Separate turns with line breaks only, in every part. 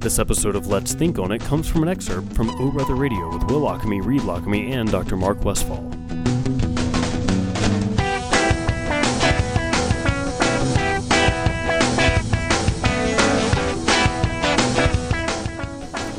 This episode of Let's Think on It comes from an excerpt from O Brother Radio with Will Lockamy, Reed Lockamy, and Dr. Mark Westfall.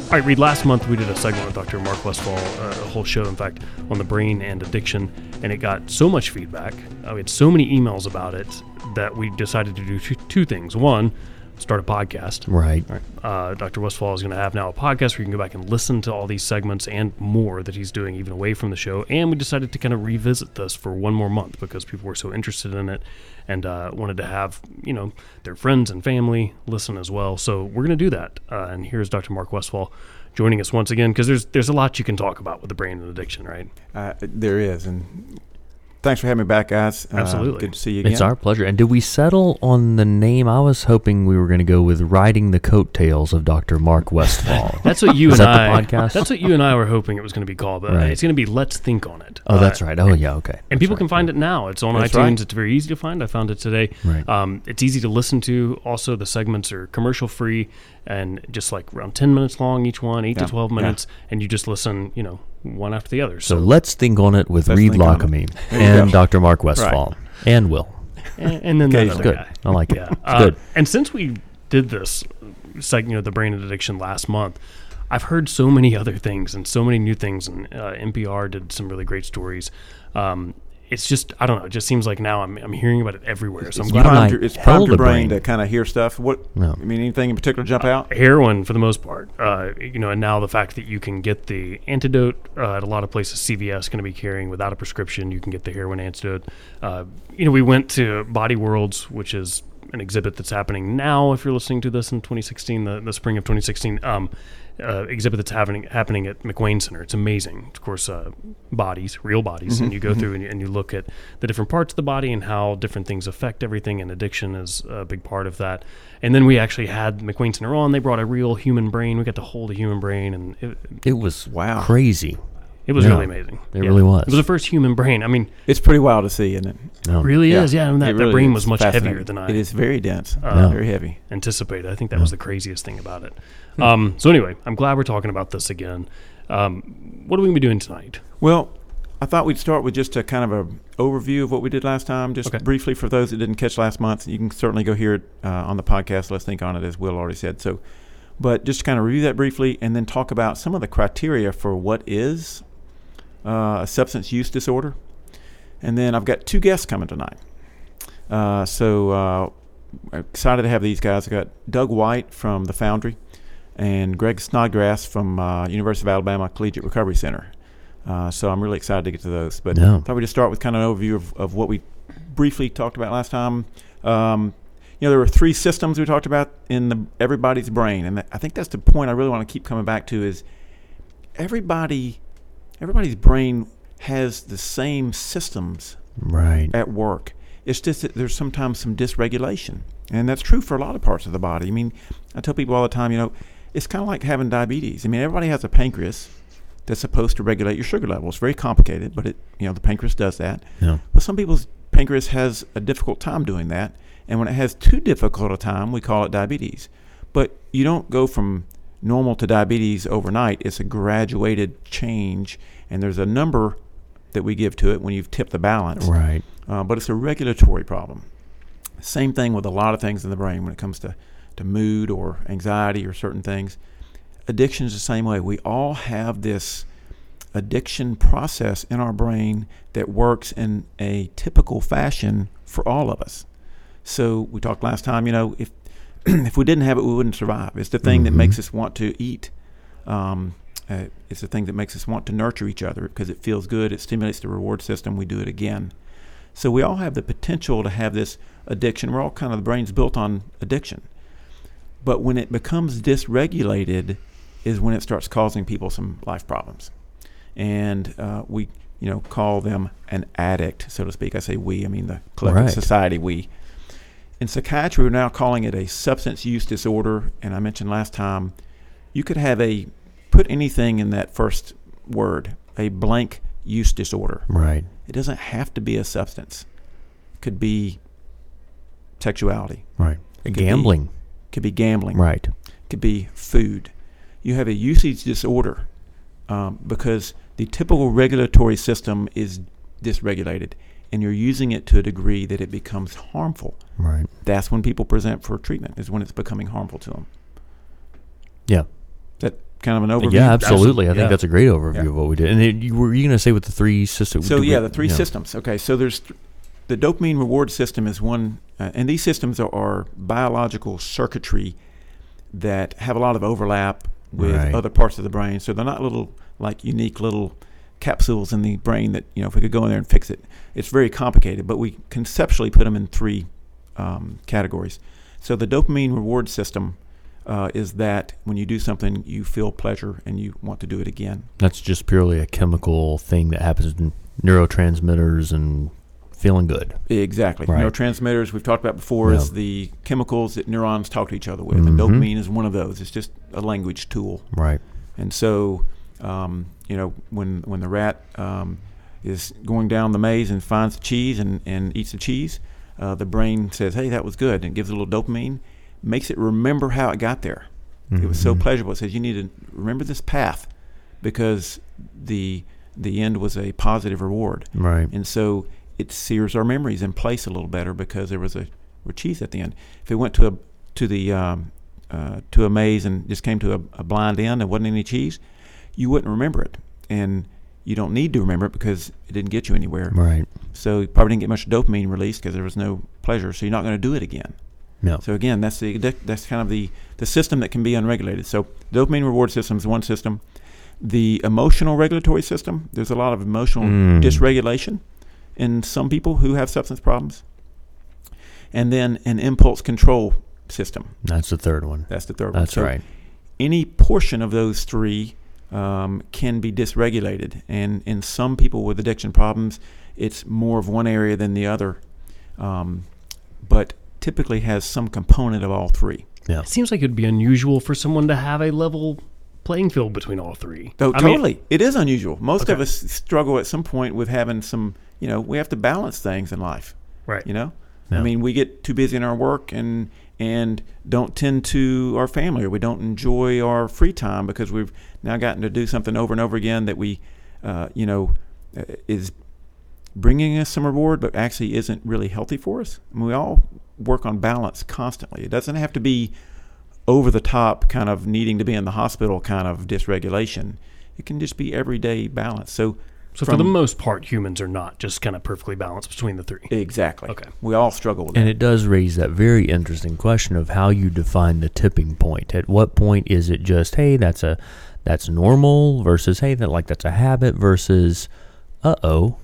All right, Reed, last month we did a segment with Dr. Mark Westfall, uh, a whole show, in fact, on the brain and addiction, and it got so much feedback. Uh, we had so many emails about it that we decided to do two, two things. One, start a podcast.
Right.
All right. Uh, Dr. Westfall is going to have now a podcast where you can go back and listen to all these segments and more that he's doing even away from the show. And we decided to kind of revisit this for one more month because people were so interested in it and uh, wanted to have, you know, their friends and family listen as well. So we're going to do that. Uh, and here's Dr. Mark Westfall joining us once again because there's there's a lot you can talk about with the brain and addiction, right?
Uh, there is, and thanks for having me back, guys. Uh,
Absolutely.
good to see you again.
It's our pleasure. And did we settle on the name? I was hoping we were going to go with riding the coattails of Dr. Mark Westfall.
That's what you
Is
and
that the
I.
podcast?
That's what you and I were hoping it was going to be called, but uh,
Right.
it's going to be "Let's Think on It."
oh, that's
Uh,
right. Oh, yeah. Okay.
and people can find it now. It's on
That's
iTunes.
right.
It's very easy to find. I found it today.
Right.
Um, it's easy to listen to. Also, the segments are commercial free and just like around ten minutes long each one, eight
Yeah,
to twelve
yeah.
minutes, and you just listen, you know, one after the other.
So
So,
let's think on it with
Let's
Reed
think on it.
Lockamy
you
and
go.
Dr. Mark Westfall and Will.
and, and then that
Occasionally.
other
Good.
guy.
I like it.
Yeah.
It's
Uh,
good.
And since we did this segment of the brain and addiction last month, I've heard so many other things and so many new things. And uh, NPR did some really great stories. Um, it's just I don't know. It just seems like now I'm, I'm hearing about it everywhere. So I'm
It's
glad.
you and I
primed your, it's primed
held
your
the
brain,
brain.
to kind of hear stuff. What?
No.
I mean, anything in particular jump
Uh,
out?
heroin for the most part. Uh, you know, and now the fact that you can get the antidote uh, at a lot of places, CVS going to be carrying without a prescription. You can get the heroin antidote. Uh, you know, we went to Body Worlds, which is an exhibit that's happening now. If you're listening to this in 2016, the, the spring of 2016, um, uh, exhibit that's happening happening at McWayne Center. It's amazing. Of course, uh, bodies, real bodies,
Mm-hmm,
and you go through and you, and you look at the different parts of the body and how different things affect everything. And addiction is a big part of that. And then we actually had McWayne Center on. They brought a real human brain. We got to hold a human brain, and it,
It was
Wow.
crazy.
it was
Yeah.
really amazing.
It really was.
It was the first human brain. I mean,
It's pretty wild to see, isn't it?
No.
really is. Yeah, and that,
Um, It
that
really
brain
is.
was much
Fascinating.
heavier than I. Uh,
It is very dense, very heavy.
anticipated. I think that was the craziest thing about it. Um, so anyway, I'm glad we're talking about this again. Um, what are we going to be doing tonight?
Well, I thought we'd start with just a kind of a overview of what we did last time, just
Okay.
briefly for those that didn't catch last month. You can certainly go hear it uh, on the podcast. Let's think on it, as Will already said. So, but just to kind of review that briefly, and then talk about some of the criteria for what is uh, a substance use disorder. And then I've got two guests coming tonight. Uh, so uh, excited to have these guys. I got Doug White from the Foundry and Greg Snodgrass from uh, University of Alabama Collegiate Recovery Center. Uh, so I'm really excited to get to those. But
Yeah.
thought we'd just start with kind of an overview of, of what we briefly talked about last time. Um, you know, there were three systems we talked about in the, everybody's brain, and I think that's the point I really want to keep coming back to is everybody, everybody's brain has the same systems
Right.
at work. It's just that there's sometimes some dysregulation, and that's true for a lot of parts of the body. I mean, I tell people all the time, you know, it's kind of like having diabetes. I mean, everybody has a pancreas that's supposed to regulate your sugar level. It's very complicated, but it, you know, the pancreas does that.
Yeah.
But some people's pancreas has a difficult time doing that, and when it has too difficult a time, we call it diabetes. But you don't go from normal to diabetes overnight. It's a graduated change, and there's a number that we give to it when you've tipped the balance
Right.
uh, but it's a regulatory problem. Same thing with a lot of things in the brain when it comes to, to mood or anxiety or certain things. Addiction is the same way. We all have this addiction process in our brain that works in a typical fashion for all of us. So we talked last time, you know, if if we didn't have it, we wouldn't survive. It's the thing that makes us want to eat. Um, uh, it's the thing that makes us want to nurture each other because it feels good. It stimulates the reward system. We do it again. So we all have the potential to have this addiction. We're all kind of the brain's built on addiction. But when it becomes dysregulated, is when it starts causing people some life problems, and uh, we, you know, call them an addict, so to speak. I say we. I mean the collective
Right.
society. We. In psychiatry, we're now calling it a substance use disorder, and I mentioned last time, you could have a put anything in that first word, a blank use disorder.
Right.
It doesn't have to be a substance. Could be sexuality.
Right.
Could be-
Gambling.
Could be gambling.
Right.
could be food. You have a usage disorder um, because the typical regulatory system is dysregulated, and you're using it to a degree that it becomes harmful.
Right.
That's when people present for treatment, is when it's becoming harmful to them.
Yeah.
That kind of an overview.
yeah, absolutely. I think
yeah.
that's a great overview
Yeah.
of what we did. And then you were you going to say with the three systems?
So yeah, the three
yeah.
systems. Okay, so there's th- the dopamine reward system is one, uh, and these systems are, are biological circuitry that have a lot of overlap with
Right.
other parts of the brain. So they're not little like unique little capsules in the brain that you know if we could go in there and fix it, it's very complicated. But we conceptually put them in three um, categories. So the dopamine reward system. Uh, is that when you do something you feel pleasure and you want to do it again
That's just purely a chemical thing that happens in neurotransmitters and feeling good.
Exactly.
Right.
Neurotransmitters we've talked about before is
Yeah.
the chemicals that neurons talk to each other with, and
Mhm.
dopamine is one of those. It's just a language tool.
Right.
And so, um, you know, when when the rat um, is going down the maze and finds the cheese and, and eats the cheese, uh, the brain says, "Hey, that was good," and gives it a little dopamine, makes it remember how it got there. It was so
Mhm.
pleasurable. It says, "You need to remember this path," because the the end was a positive reward.
Right.
And so it sears our memories in place a little better because there was a or cheese at the end. If it went to a to the um, uh, to a maze and just came to a, a blind end and wasn't any cheese, you wouldn't remember it, and you don't need to remember it because it didn't get you anywhere.
Right.
So you probably didn't get much dopamine release because there was no pleasure. So you're not going to do it again.
Yeah.
So again, that's the that- that's kind of the the system that can be unregulated. So dopamine reward system is one system. The emotional regulatory system. There's a lot of emotional
Mm.
dysregulation in some people who have substance problems. And then an impulse control system.
That's the third one.
That's the third one.
That's
So
right.
Any portion of those three um, can be dysregulated, and in some people with addiction problems, it's more of one area than the other, um, but typically has some component of all three.
Yeah.
It seems like it'd be unusual for someone to have a level playing field between all three.
Oh,
I mean,
totally. it is unusual. Most of
Okay.
us struggle at some point with having some, you know, we have to balance things in life.
Right.
You know?
Yeah.
I mean, we get too busy in our work and and don't tend to our family or we don't enjoy our free time because we've now gotten to do something over and over again that we uh, you know uh, is bringing us some reward but actually isn't really healthy for us. I mean, we all work on balance constantly. It doesn't have to be over the top kind of needing to be in the hospital kind of dysregulation. It can just be everyday balance. So
so for the
from-
most part, humans are not just kind of perfectly balanced between the three.
exactly.
Okay.
We all struggle with
And
it.
it does raise that very interesting question of how you define the tipping point. At what point is it just, hey, that's a that's normal versus hey, that like that's a habit versus uh oh,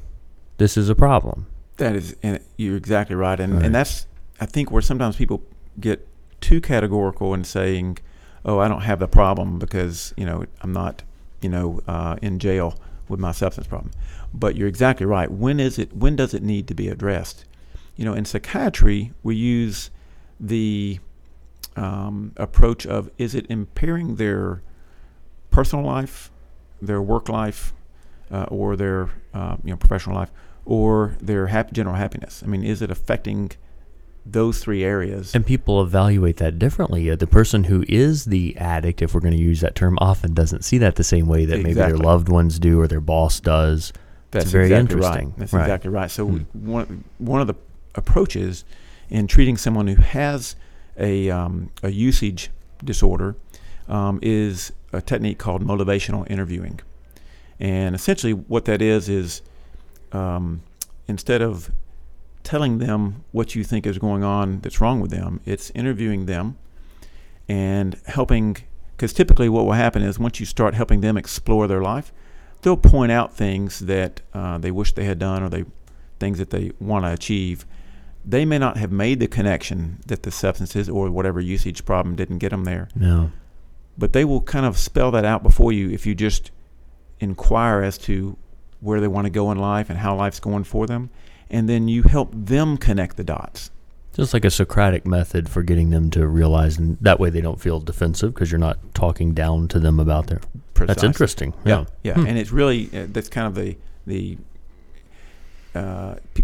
this is a problem.
That is and you're exactly right. And
Right.
and that's I think where sometimes people get too categorical in saying, "Oh, I don't have the problem because, you know, I'm not, you know, uh, in jail with my substance problem." But you're exactly right. When is it when does it need to be addressed? You know, in psychiatry, we use the um, approach of is it impairing their personal life, their work life, uh, or their uh, you know professional life, or their hap- general happiness? I mean, is it affecting those three areas?
And people evaluate that differently. Uh, the person who is the addict, if we're going to use that term, often doesn't see that the same way that maybe their
Exactly.
loved ones do or their boss does. That's very interesting.
Right. That's
Right.
exactly right. So
Hmm.
one one of the approaches in treating someone who has a um, a usage disorder um, is a technique called motivational interviewing, and essentially what that is is um, instead of telling them what you think is going on that's wrong with them, it's interviewing them and helping. Because typically, what will happen is once you start helping them explore their life, they'll point out things that uh, they wish they had done or they things that they want to achieve. They may not have made the connection that the substances or whatever usage problem didn't get them there,
No.
but they will kind of spell that out before you if you just inquire as to where they want to go in life and how life's going for them, and then you help them connect the dots.
Just like a Socratic method for getting them to realize, and that way they don't feel defensive because you're not talking down to them about their. That's
Precisely.
interesting.
Yeah,
Yeah.
yeah,
Hmm.
and it's really uh, that's kind of the the uh, pe-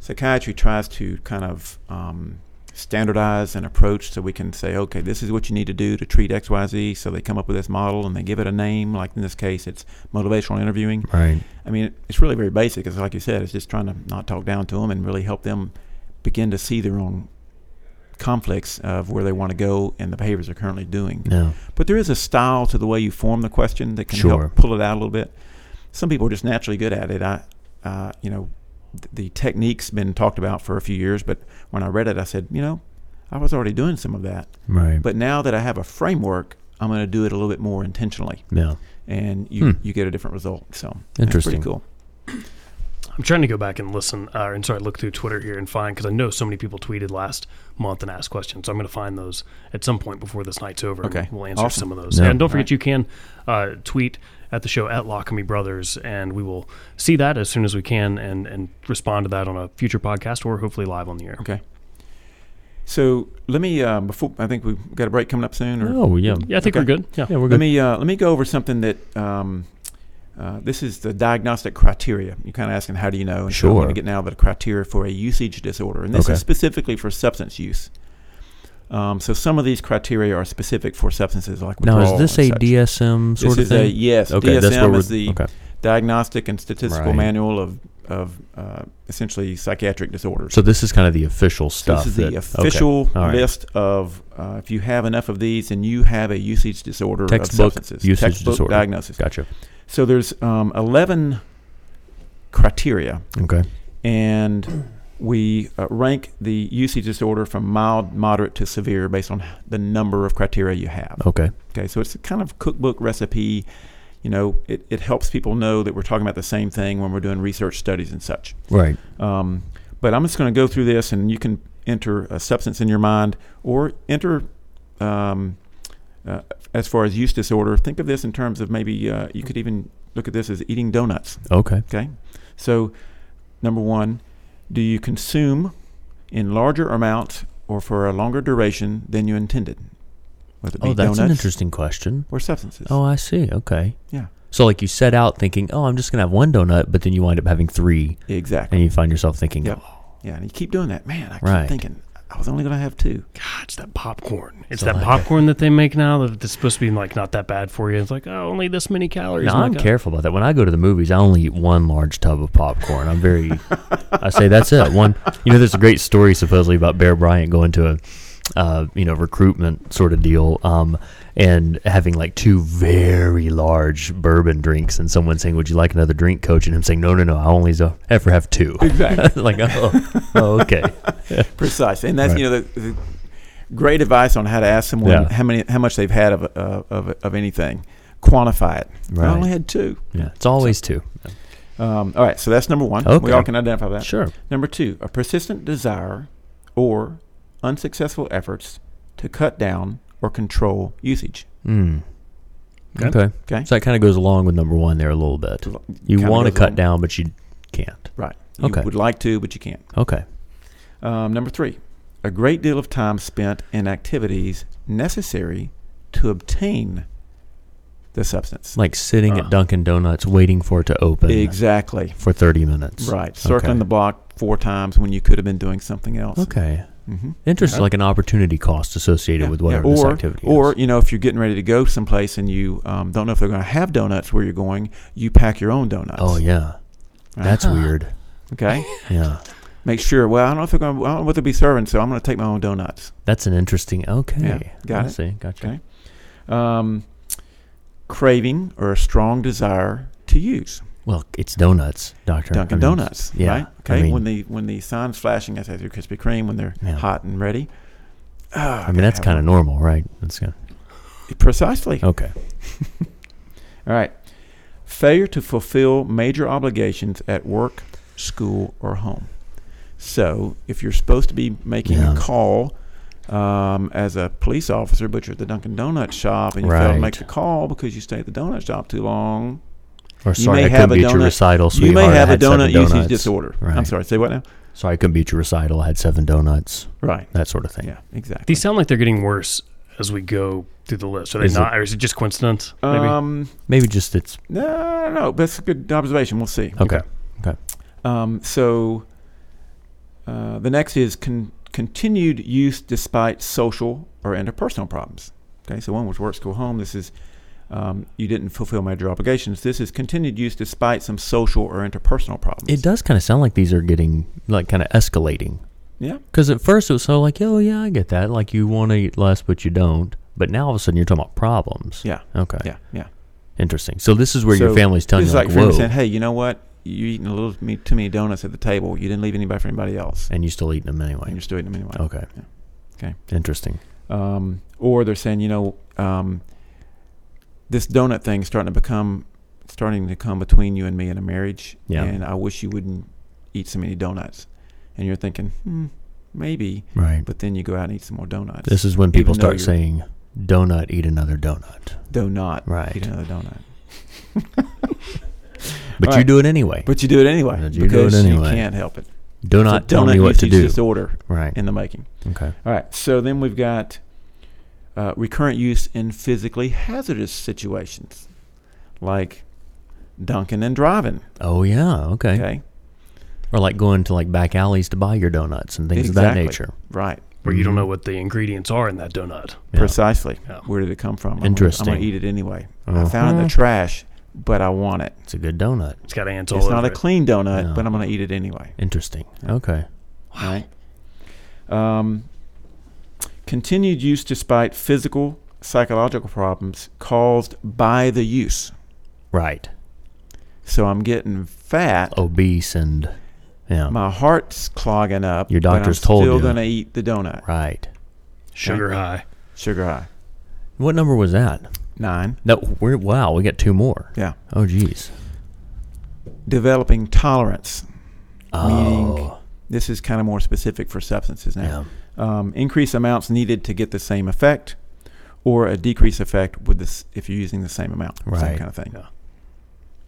psychiatry tries to kind of um, standardize an approach so we can say, okay, this is what you need to do to treat XYZ. So they come up with this model and they give it a name. Like in this case, it's motivational interviewing.
Right.
I mean, it's really very basic. It's like you said, it's just trying to not talk down to them and really help them begin to see their own conflicts of where they want to go and the behaviors they're currently doing.
No.
But there is a style to the way you form the question that can
Sure.
help pull it out a little bit. Some people are just naturally good at it. I, uh, you know, th- the technique's been talked about for a few years, but when I read it, I said, you know, I was already doing some of that.
Right.
But now that I have a framework, I'm going to do it a little bit more intentionally,
yeah.
and you
Hmm.
you get a different result. So
Interesting.
that's pretty cool.
I'm trying to go back and listen, uh, and sorry, look through Twitter here and find because I know so many people tweeted last month and asked questions. So I'm going to find those at some point before this night's over. and
Okay.
we'll answer
Awesome.
some of those.
Yeah.
And don't
All right.
forget, you can uh, tweet at the show at Lockamy Brothers, and we will see that as soon as we can and and respond to that on a future podcast or hopefully live on the air.
Okay. So let me uh, before I think we've got a break coming up soon. Or
Oh, yeah.
Yeah, I think
Okay.
we're good. Yeah.
Yeah, we're
Let
good.
me uh, let me go over something that um, uh, this is the diagnostic criteria. You're kind of asking how do you know? And So I'm
Sure.
going to get now the criteria for a usage disorder, and this
Okay.
is specifically for substance use. Um, so some of these criteria are specific for substances like
Now,
withdrawal
is this a
and such.
DSM
This
sort
is
of
a
thing?
yes.
okay,
DSM
that's where we're.
is the
okay.
Diagnostic and Statistical
Right.
Manual of of uh, essentially psychiatric disorders.
So this is kind of the official
So
stuff.
This is the
that- okay.
official
All right.
list of uh, if you have enough of these, then you have a usage disorder
Textbook
of substances.
usage
textbook
disorder.
diagnosis.
Gotcha.
So there's um, 11 criteria,
Okay.
and we uh, rank the usage disorder from mild, moderate to severe based on the number of criteria you have.
Okay.
Okay, so it's a kind of cookbook recipe. You know, it, it helps people know that we're talking about the same thing when we're doing research studies and such.
Right.
Um, but I'm just going to go through this, and you can enter a substance in your mind or enter. Um, uh, as far as use disorder, think of this in terms of maybe uh, you could even look at this as eating donuts.
Okay.
Okay. So, number one, do you consume in larger amounts or for a longer duration than you intended? Whether it be
Oh, that's an
donuts
interesting question.
or substances.
Oh, I see. Okay.
Yeah.
So, like, you set out thinking, "Oh, I'm just gonna have one donut," but then you wind up having three,
Exactly.
and you find yourself thinking,
Yep. Yeah. And you keep doing that. Man, I keep
Right.
thinking, I was only going to have two.
God, it's that popcorn. It's
So
that
like-
popcorn that they make now that- that's supposed to be like not that bad for you. It's like oh, only this many calories.
No,
I'm
I'm
like, oh,
careful about that. When I go to the movies, I only eat one large tub of popcorn. I'm very, I say that's it. One, you know, there's a great story supposedly about Bear Bryant going to a, uh, you know, recruitment sort of deal, um, and having like two very large bourbon drinks, and someone saying, "Would you like another drink, coach?" and him saying, "No, no, no, I only so- ever have two.
Exactly.
like, oh, oh, okay,
Precise. And that's,
Right.
you know, the, the great advice on how to ask someone
Yeah.
how many, how much they've had of, uh, of, of anything. Quantify it. I
Right.
only had two.
yeah, it's always two.
Um, all right. So that's number one.
Okay.
We all can identify that.
Sure.
Number two, a persistent desire or unsuccessful efforts to cut down or control usage.
Mm.
Okay.
Okay.
Okay.
So that kind of goes along with number one there a little bit. You
Kinda
want to
goes
cut
along.
down, but you can't.
Right. You
Okay.
would like to, but you can't.
Okay.
Um, number three, a great deal of time spent in activities necessary to obtain the substance.
Like sitting
Uh.
at Dunkin' Donuts waiting for it to open
exactly.
for 30 minutes.
Right. Circling the block four times when you could have been doing something else.
Okay.
Mm-hmm.
Interesting.
Okay.
Like an opportunity cost associated with whatever
or,
this activity
Or,
is.
you know, if you're getting ready to go someplace and you um, don't know if they're going to have donuts where you're going, you pack your own donuts.
Oh, yeah.
Right.
That's weird.
Okay.
Yeah.
Make sure. Well, I don't know if they're going. I don't know what they'll be serving, so I'm going to take my own donuts.
That's an interesting. Okay.
got
I
it.
see. Gotcha.
Okay. Um, craving or a strong desire to use
Well, it's donuts, Doctor.
Dunkin'
I mean,
Donuts.
yeah,
Right.
I
Okay.
mean-
when the when the sign's flashing, I say through Krispy Kreme when they're
Yeah.
hot and ready. Ah,
I mean, that's kind of normal, right? That's kind
of precisely.
of, okay.
All right. Failure to fulfill major obligations at work, school, or home. So, if you're supposed to be making
Yeah.
a call um, as a police officer, but you're at the Dunkin' Donut shop and you fail to make
Right.
the call because you stay at the donut shop too long,
Or
You
sorry,
may
I
have
couldn't
a
be at your
donut-
recital,
you
sweetheart.
may
I
have a
had seven
donut usage
donuts.
disorder. I'm
Right.
sorry, say what now?
Sorry, I couldn't be at your recital. I had seven donuts.
Right.
That sort of thing.
Yeah, exactly.
These sound like they're getting worse as we go through the list. Are they
Is it-
not? or is it just coincidence? Maybe.
Um,
Maybe just it's
no, no, but that's a good observation. We'll see.
okay.
Okay.
Um, so uh, the next is con- continued use despite social or interpersonal problems. Okay, so one was work, school, home. This is um, you didn't fulfill major obligations. This is continued use despite some social or interpersonal problems.
It does kind of sound like these are getting like kind of escalating.
Yeah.
Because at first it was so like, oh yeah, I get that. Like you want to eat less, but you don't. But now all of a sudden you're talking about problems.
Yeah.
Okay.
Yeah. Yeah.
Interesting. So this is where your
So
family's telling
this
you
is like,
like,
friends
whoa,
saying, "Hey, you know what? You eating a little me- too many donuts at the table. You didn't leave anybody for anybody else,
and you still eating them
and
anyway.
you're still eating them anyway."
Okay.
Yeah. Okay.
Interesting.
um, or they're saying, you know, um, this donut thing's starting to become starting to come between you and me in a marriage,
Yeah.
and I wish you wouldn't eat so many donuts. And you're thinking, hmm, maybe,
Right.
but then you go out and eat some more donuts.
This is when people
Even though
start
you're-
saying, "Donut, eat another donut."
do not
Right.
eat another donut,
But you
Right.
do it anyway.
but you do it anyway
But you do it
because
anyway.
you can't help it.
do not
It's a
tell
donut
me what to
usage
do.
Disorder
Right.
in the making.
Okay.
All right, so then we've got uh, recurrent use in physically hazardous situations, like dunking and driving.
Oh yeah. Okay.
Okay,
Or like going to like back alleys to buy your donuts and things of that
Exactly.
nature.
right,
where you don't
Mhm.
know what the ingredients are in that donut.
Yeah.
precisely.
Yeah.
Where did it come from? I'm gonna- I'm
Interesting.
gonna eat it anyway. I found it in
Uh-huh.
the trash, but I want it.
It's a good donut.
It's got ants
it's
all
not
over
a
it.
clean donut,
No.
but I'm gonna eat it anyway.
Interesting.
Yeah.
Okay.
Right. Um, continued use despite physical psychological problems caused by the use.
Right.
So I'm getting fat.
Obese and Oh, yeah.
My heart's clogging up.
Your doctor's
but I'm
told
still
you.
gonna eat the donut.
Right.
Sugar high.
Sugar high.
What number was that?
Nine.
No. We're wow. We got two more.
Yeah.
Oh geez.
Developing tolerance. Meaning-
Oh.
This is kind of more specific for substances
Yeah.
now. Um, increase amounts needed to get the same effect, or a decrease effect with this if you're using the same amount.
Right.
Same kind of thing.
Yeah.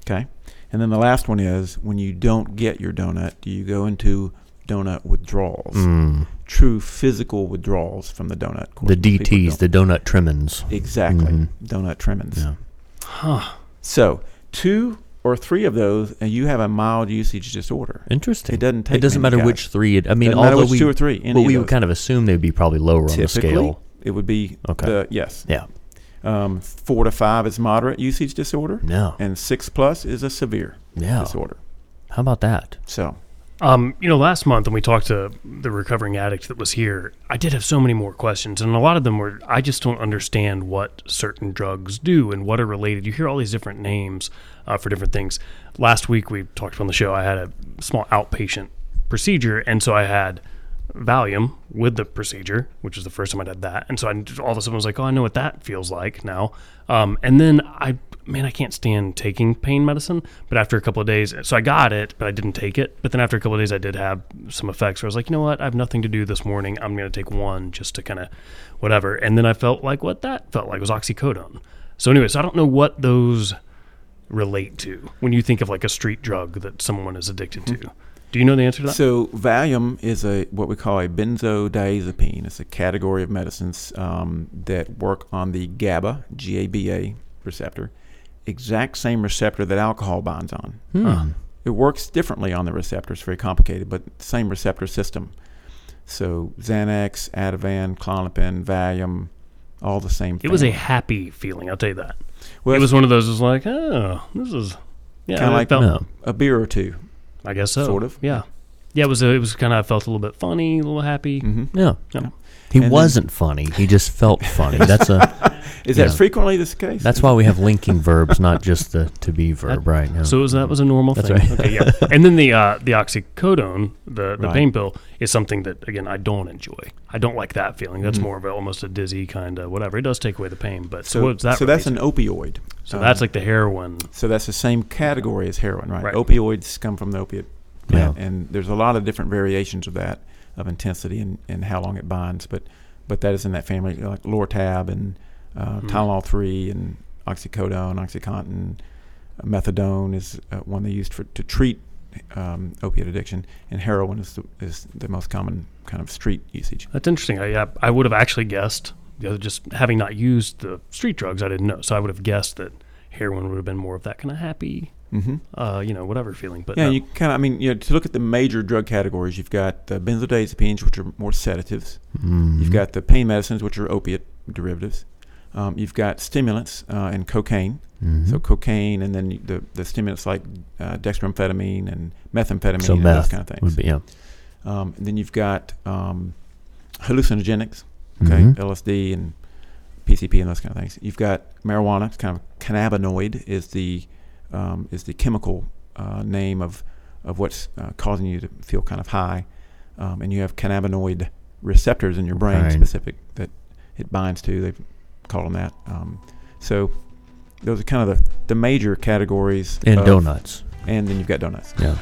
Okay. And then the last one is when you don't get your donut, do you go into donut withdrawals?
Mm.
True physical withdrawals from the donut. Of course,
The
people
DTS,
don't-
the donut trimmings.
Exactly.
Mhm.
Donut trimmings.
Yeah.
Huh.
So two or three of those, and you have a mild usage disorder.
Interesting.
It doesn't take.
It doesn't
many
matter
guys.
which three. It, I mean,
Doesn't matter
although
which
we,
two or three. Any
but
of
we
those.
would kind of assume they'd be probably lower on the
Typically,
scale.
It would be
Okay.
the yes.
Yeah.
Um, four to five is moderate usage disorder,
No.
and six plus is a severe
Yeah.
disorder.
How about that?
So
Um, you know, last month when we talked to the recovering addict that was here, I did have so many more questions, and a lot of them were I just don't understand what certain drugs do and what are related. You hear all these different names uh, for different things. Last week we talked on the show. I had a small outpatient procedure, and so I had Valium with the procedure, which is the first time I did that. And so I just all of a sudden was like, oh, I know what that feels like now. Um, and then I, man, I can't stand taking pain medicine. But after a couple of days, so I got it, but I didn't take it. But then after a couple of days, I did have some effects where I was like, you know what? I have nothing to do this morning. I'm going to take one just to kind of whatever. And then I felt like what that felt like was oxycodone. So, anyways, I don't know what those relate to when you think of like a street drug that someone is addicted to. Do you know the answer to that?
so Valium is a what we call a benzodiazepine. It's a category of medicines um, that work on the GABA GABA receptor, exact same receptor that alcohol binds on.
Hmm.
It works differently on the receptors, very complicated, but same receptor system. So Xanax, Ativan, Clonopin, Valium, all the same.
It was a
family.
happy feeling. I'll tell you that.
Well,
it was one of those. It was like, oh, this is yeah.
Kinda
I
like-
felt,
No.
a beer or two.
I guess so.
Sort of.
Yeah. Yeah. It was. A, it was kind of. I felt a little bit funny, a little happy.
Mm.
Mm-hmm.
No.
Yeah.
He
And then-
wasn't funny. He just felt funny. That's a.
Is
Yeah.
that frequently this case?
That's why we have linking verbs, not just the to be verb, right? now.
So it was, that was a normal
That's
thing.
right.
Okay, yeah. And then the uh, the oxycodone, the, the
Right.
pain pill, is something that again I don't enjoy. I don't like that feeling. That's more of a, almost a dizzy kind of whatever. It does take away the pain, but so,
Mm. so.
what's that?
so that's an
relate
opioid.
to? so
um,
that's like the heroin.
So that's the same category as heroin, right?
Right.
Opioids come from the opiate plant,
Yeah.
and there's a lot of different variations of that, of intensity and, and how long it binds. But but that is in that family, like Lortab and uh,
Hmm.
Tylenol three and oxycodone, OxyContin, methadone is uh, one they used for to treat um, opiate addiction, and heroin is the, is the most common kind of street usage.
That's interesting. I yeah, I would have actually guessed. You know, just having not used the street drugs, I didn't know. So I would have guessed that heroin would have been more of that kind of happy
Mm-hmm.
uh, you know, whatever feeling. But
Yeah,
no.
you kind of. I mean, you know, to look at the major drug categories, you've got the benzodiazepines, which are more sedatives.
Mm-hmm.
You've got the pain medicines, which are opiate derivatives. Um, you've got stimulants uh, and cocaine.
Mm-hmm.
So cocaine, and then you- the the stimulants like uh, dextroamphetamine and methamphetamine,
So
and
meth
those kind of things.
would be yeah.
Um, and then you've got um, hallucinogenics, okay, Uh,
Mhm.
LSD and PCP and those kind of things. You've got marijuana, it's kind of cannabinoid is the um, is the chemical uh, name of of what's uh, causing you to feel kind of high, um, and you have cannabinoid receptors in your brain
Right.
specific that it binds to. They call them that. Um, so those are kind of the, the major categories.
And
of-
donuts.
And then you've got donuts.
Yeah.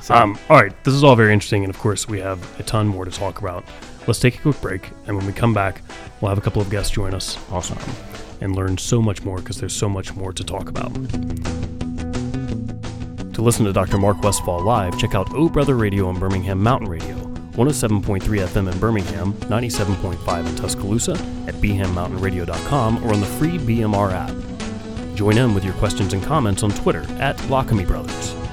So-
Um, all right, this is all very interesting, and of course, we have a ton more to talk about. Let's take a quick break, and when we come back, we'll have a couple of guests join us
awesome.
and learn so much more because there's so much more to talk about. To listen to Dr. Mark Westfall live, check out O Brother Radio on Birmingham Mountain Radio, 107.3 FM in Birmingham, 97.5 in Tuscaloosa, at bhammountainradio.com or on the free BMR app. Join in with your questions and comments on Twitter at Lockamy Brothers.